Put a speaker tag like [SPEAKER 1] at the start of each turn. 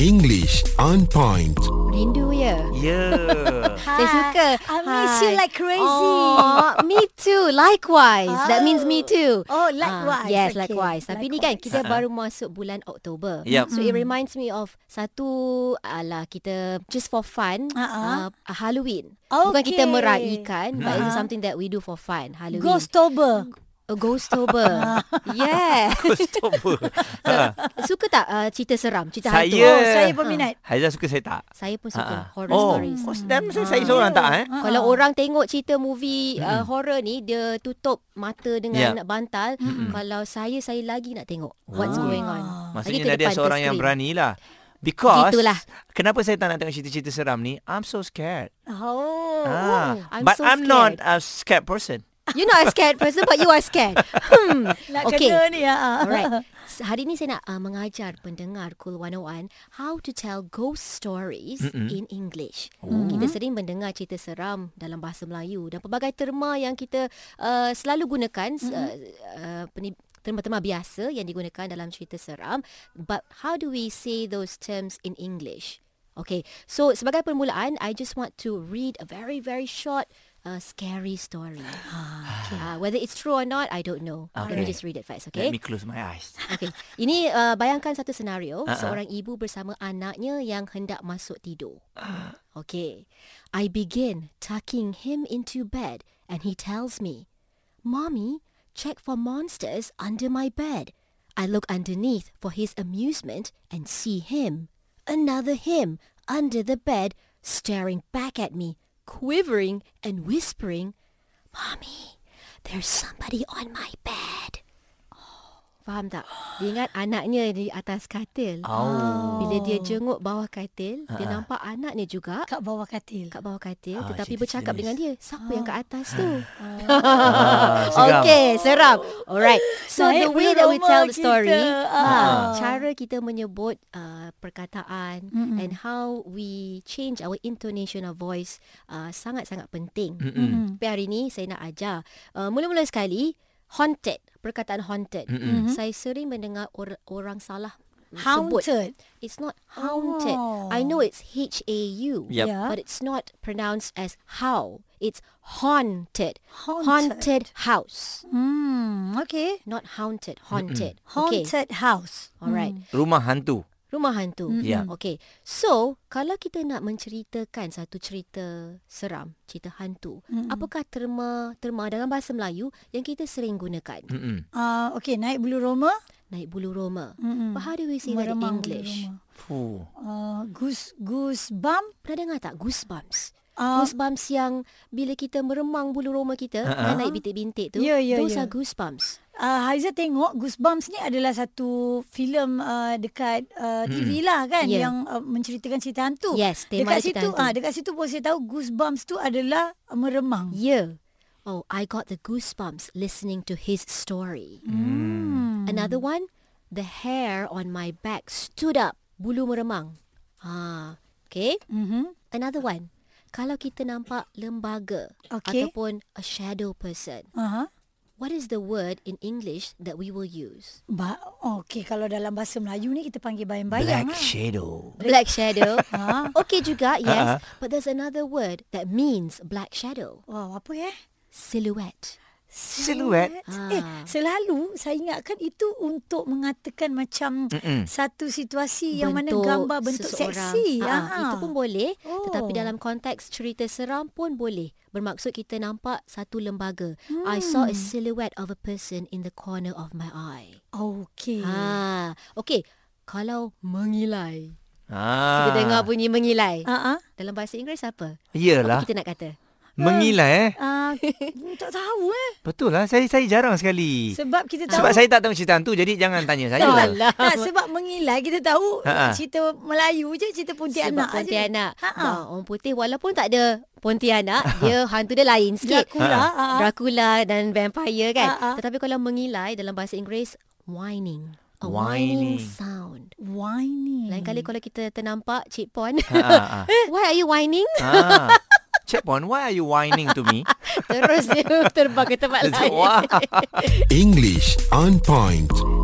[SPEAKER 1] English on point.
[SPEAKER 2] Rindu ya?
[SPEAKER 3] Ya.
[SPEAKER 2] Saya suka.
[SPEAKER 4] I miss you like crazy.
[SPEAKER 2] Oh, me too. Likewise. Oh. That means me too.
[SPEAKER 4] Oh, likewise.
[SPEAKER 2] Ah, yes,
[SPEAKER 4] Okay.
[SPEAKER 2] likewise. Tapi ni kan kita
[SPEAKER 3] Ha-ha.
[SPEAKER 2] baru masuk bulan Oktober.
[SPEAKER 3] Yup.
[SPEAKER 2] So it reminds me of satu ala kita just for fun
[SPEAKER 4] Ha-ha.
[SPEAKER 2] uh, Halloween.
[SPEAKER 4] Okay.
[SPEAKER 2] Bukan kita meraikan but it's
[SPEAKER 4] Ha-ha.
[SPEAKER 2] something that we do for fun. Halloween.
[SPEAKER 4] Ghostober.
[SPEAKER 2] A Ghostober. yeah.
[SPEAKER 3] Stop. Ha.
[SPEAKER 2] Suka tak uh, cerita seram, cerita
[SPEAKER 3] Saya-
[SPEAKER 2] hantu?
[SPEAKER 3] Ya.
[SPEAKER 4] Oh, saya berminat.
[SPEAKER 3] Haizah suka saya tak?
[SPEAKER 2] Saya pun
[SPEAKER 3] Ha-ha.
[SPEAKER 2] suka horror
[SPEAKER 3] Oh,
[SPEAKER 2] stories. Ah.
[SPEAKER 3] oh dan saya, saya seorang tak eh?
[SPEAKER 4] Ha-ha.
[SPEAKER 2] Kalau orang tengok cerita movie uh, horror ni dia tutup mata dengan
[SPEAKER 3] Ya.
[SPEAKER 2] bantal.
[SPEAKER 3] Mm-mm.
[SPEAKER 2] Kalau saya saya lagi nak tengok what's
[SPEAKER 3] Ah.
[SPEAKER 2] going on. Lagi ke
[SPEAKER 3] Maksudnya Nadia
[SPEAKER 2] depan ke
[SPEAKER 3] seorang yang
[SPEAKER 2] screen.
[SPEAKER 3] berani lah. Because
[SPEAKER 2] Gitulah.
[SPEAKER 3] Kenapa saya tak nak tengok cerita-cerita seram ni? I'm so scared.
[SPEAKER 4] Oh.
[SPEAKER 3] Ah,
[SPEAKER 2] I'm
[SPEAKER 3] but
[SPEAKER 2] so
[SPEAKER 3] I'm
[SPEAKER 2] scared.
[SPEAKER 3] not a scared person.
[SPEAKER 2] You're not a scared person but you are scared. Hmm.
[SPEAKER 4] Nak
[SPEAKER 2] Okay.
[SPEAKER 4] kena ni. Ha.
[SPEAKER 2] Alright. S- Hari ni saya nak uh, mengajar pendengar Cool 101 how to tell ghost stories
[SPEAKER 3] Mm-mm. Oh.
[SPEAKER 2] in English. Kita sering mendengar cerita seram dalam bahasa Melayu dan pelbagai terma yang kita uh, selalu gunakan s- uh, uh, peni- terma-terma biasa yang digunakan dalam cerita seram. But how do we say those terms in English? Okay, so sebagai permulaan, I just want to read a very, very short uh, scary story. Okay. Uh, whether it's true or not, I don't know. Let me
[SPEAKER 3] Ah. Okay.
[SPEAKER 2] just read it first, okay?
[SPEAKER 3] Okay. Let me close my eyes.
[SPEAKER 2] Okey. Ini uh, bayangkan satu senario,
[SPEAKER 3] Ah, ah.
[SPEAKER 2] uh-huh. seorang ibu bersama anaknya yang hendak masuk tidur. Okay. I begin tucking him into bed and he tells me, "Mommy, check for monsters under my bed." I look underneath for his amusement and see him, another him, under the bed staring back at me, quivering and whispering, "Mommy, there's somebody on my bed." Faham tak? Dia ingat anaknya di atas katil.
[SPEAKER 3] Oh.
[SPEAKER 2] Bila dia jenguk bawah katil, dia nampak anaknya juga
[SPEAKER 4] Kat bawah katil.
[SPEAKER 2] kat bawah katil
[SPEAKER 3] Ah,
[SPEAKER 2] tetapi
[SPEAKER 3] cerita
[SPEAKER 2] bercakap
[SPEAKER 3] sejenis.
[SPEAKER 2] dengan dia. Siapa yang kat atas tu?
[SPEAKER 3] Ah, seram.
[SPEAKER 2] Okay, seram. Alright. So
[SPEAKER 4] Naik
[SPEAKER 2] the way that we
[SPEAKER 4] bulu
[SPEAKER 2] tell
[SPEAKER 4] roma
[SPEAKER 2] the story,
[SPEAKER 4] kita. Ah.
[SPEAKER 2] ha, cara kita menyebut uh, perkataan mm-hmm. and how we change our intonation of voice uh, sangat-sangat penting. Mm-hmm. Tapi hari ni saya nak ajar. Uh, mula-mula sekali, haunted. Perkataan haunted. Mm-hmm. Saya sering mendengar or- orang salah sebut.
[SPEAKER 4] Haunted.
[SPEAKER 2] It's not haunted.
[SPEAKER 4] Oh.
[SPEAKER 2] I know it's H A U,
[SPEAKER 3] Yep.
[SPEAKER 4] Yeah.
[SPEAKER 2] but it's not pronounced as how. It's haunted.
[SPEAKER 4] Haunted.
[SPEAKER 2] house.
[SPEAKER 4] Hmm. Okay.
[SPEAKER 2] Not haunted, haunted. Okay.
[SPEAKER 4] Haunted Hmm. house.
[SPEAKER 2] All right.
[SPEAKER 3] Rumah hantu.
[SPEAKER 2] Rumah hantu.
[SPEAKER 4] Hmm.
[SPEAKER 3] Yeah.
[SPEAKER 2] Okay. So, kalau kita nak menceritakan satu cerita seram, cerita hantu,
[SPEAKER 4] Hmm.
[SPEAKER 2] apakah terma terma dalam bahasa Melayu yang kita sering gunakan?
[SPEAKER 3] Mm-mm.
[SPEAKER 4] Ah, okay, naik bulu roma.
[SPEAKER 2] Naik bulu roma.
[SPEAKER 4] Mm-mm.
[SPEAKER 2] But how do we say that in
[SPEAKER 4] Hmm. Meremang bulu
[SPEAKER 2] English?
[SPEAKER 4] roma.
[SPEAKER 3] Fuh.
[SPEAKER 4] Ah, goose goose bump.
[SPEAKER 2] Pernah dengar tak goosebumps?
[SPEAKER 4] Ah,
[SPEAKER 2] Goosebumps yang bila kita meremang bulu roma kita, uh-huh. naik bintik-bintik tu,
[SPEAKER 4] Ya, ya,
[SPEAKER 2] those are
[SPEAKER 4] ya.
[SPEAKER 2] goosebumps.
[SPEAKER 4] Uh, Haiza tengok Goosebumps ni adalah satu filem uh, dekat uh, TV lah kan
[SPEAKER 2] Ya.
[SPEAKER 4] yang uh, menceritakan cerita hantu.
[SPEAKER 2] Yes, tema
[SPEAKER 4] dekat
[SPEAKER 2] dia cerita
[SPEAKER 4] situ
[SPEAKER 2] hantu.
[SPEAKER 4] ah dekat situ pun saya tahu Goosebumps tu adalah uh, meremang.
[SPEAKER 2] Yeah. Oh, I got the goosebumps listening to his story. Another one, the hair on my back stood up, bulu meremang. Ah, okay.
[SPEAKER 4] Mhm.
[SPEAKER 2] Another one, kalau kita nampak lembaga
[SPEAKER 4] Okay.
[SPEAKER 2] ataupun a shadow person,
[SPEAKER 4] Aha.
[SPEAKER 2] what is the word in English that we will use?
[SPEAKER 4] Ba- okey kalau dalam bahasa Melayu ni kita panggil
[SPEAKER 2] lah.
[SPEAKER 4] bayang-bayang.
[SPEAKER 3] Black
[SPEAKER 4] ah.
[SPEAKER 3] shadow.
[SPEAKER 2] Black shadow.
[SPEAKER 4] Ah.
[SPEAKER 2] okay juga, yes. But there's another word that means black shadow.
[SPEAKER 4] Wow, apa eh?
[SPEAKER 2] Silhouette.
[SPEAKER 3] Silhouette.
[SPEAKER 4] Ah. Eh, selalu saya ingatkan itu untuk mengatakan macam
[SPEAKER 3] Mm-mm.
[SPEAKER 4] satu situasi yang mana gambar bentuk
[SPEAKER 2] seseorang.
[SPEAKER 4] seksi. Ha,
[SPEAKER 2] Ah, ah, Itu pun boleh.
[SPEAKER 4] Oh.
[SPEAKER 2] Tetapi dalam konteks cerita seram pun boleh. Bermaksud kita nampak satu lembaga. I saw
[SPEAKER 4] Hmm.
[SPEAKER 2] a silhouette of a person in the corner of my eye.
[SPEAKER 4] Okey.
[SPEAKER 2] Ah, okay. Kalau mengilai.
[SPEAKER 3] Ah.
[SPEAKER 2] Kita dengar bunyi mengilai.
[SPEAKER 4] Ah. ah.
[SPEAKER 2] Dalam bahasa Inggeris apa?
[SPEAKER 3] Yelah.
[SPEAKER 2] Apa kita nak kata?
[SPEAKER 3] Mengilai eh.
[SPEAKER 4] Ah, tak tahu eh.
[SPEAKER 3] Betul lah. Saya saya jarang sekali.
[SPEAKER 4] Sebab kita tahu.
[SPEAKER 3] Sebab saya tak tahu cerita hantu jadi jangan tanya saya lah.
[SPEAKER 2] Alah.
[SPEAKER 4] tak, sebab mengilai kita tahu
[SPEAKER 3] Ha, ha.
[SPEAKER 4] cerita Melayu je, cerita
[SPEAKER 2] Sebab
[SPEAKER 4] Pontianak je.
[SPEAKER 2] Pontianak.
[SPEAKER 4] Ha, ha.
[SPEAKER 2] Ha, orang putih walaupun tak ada Pontianak, dia hantu dia lain sikit.
[SPEAKER 4] Dracula, ha, ha.
[SPEAKER 2] Dracula dan vampire kan.
[SPEAKER 4] Ha, ha.
[SPEAKER 2] Tetapi kalau mengilai dalam bahasa Inggeris, whining. A whining,
[SPEAKER 3] Whining.
[SPEAKER 2] sound.
[SPEAKER 4] Whining.
[SPEAKER 2] Lain kali kalau kita ternampak Cik Pon,
[SPEAKER 3] Ah, ah,
[SPEAKER 2] why are you whining?
[SPEAKER 3] ah. Cik Pon, why are you whining to me?
[SPEAKER 2] Terus dia terbang ke tempat lain.
[SPEAKER 3] Wah.
[SPEAKER 1] English on point.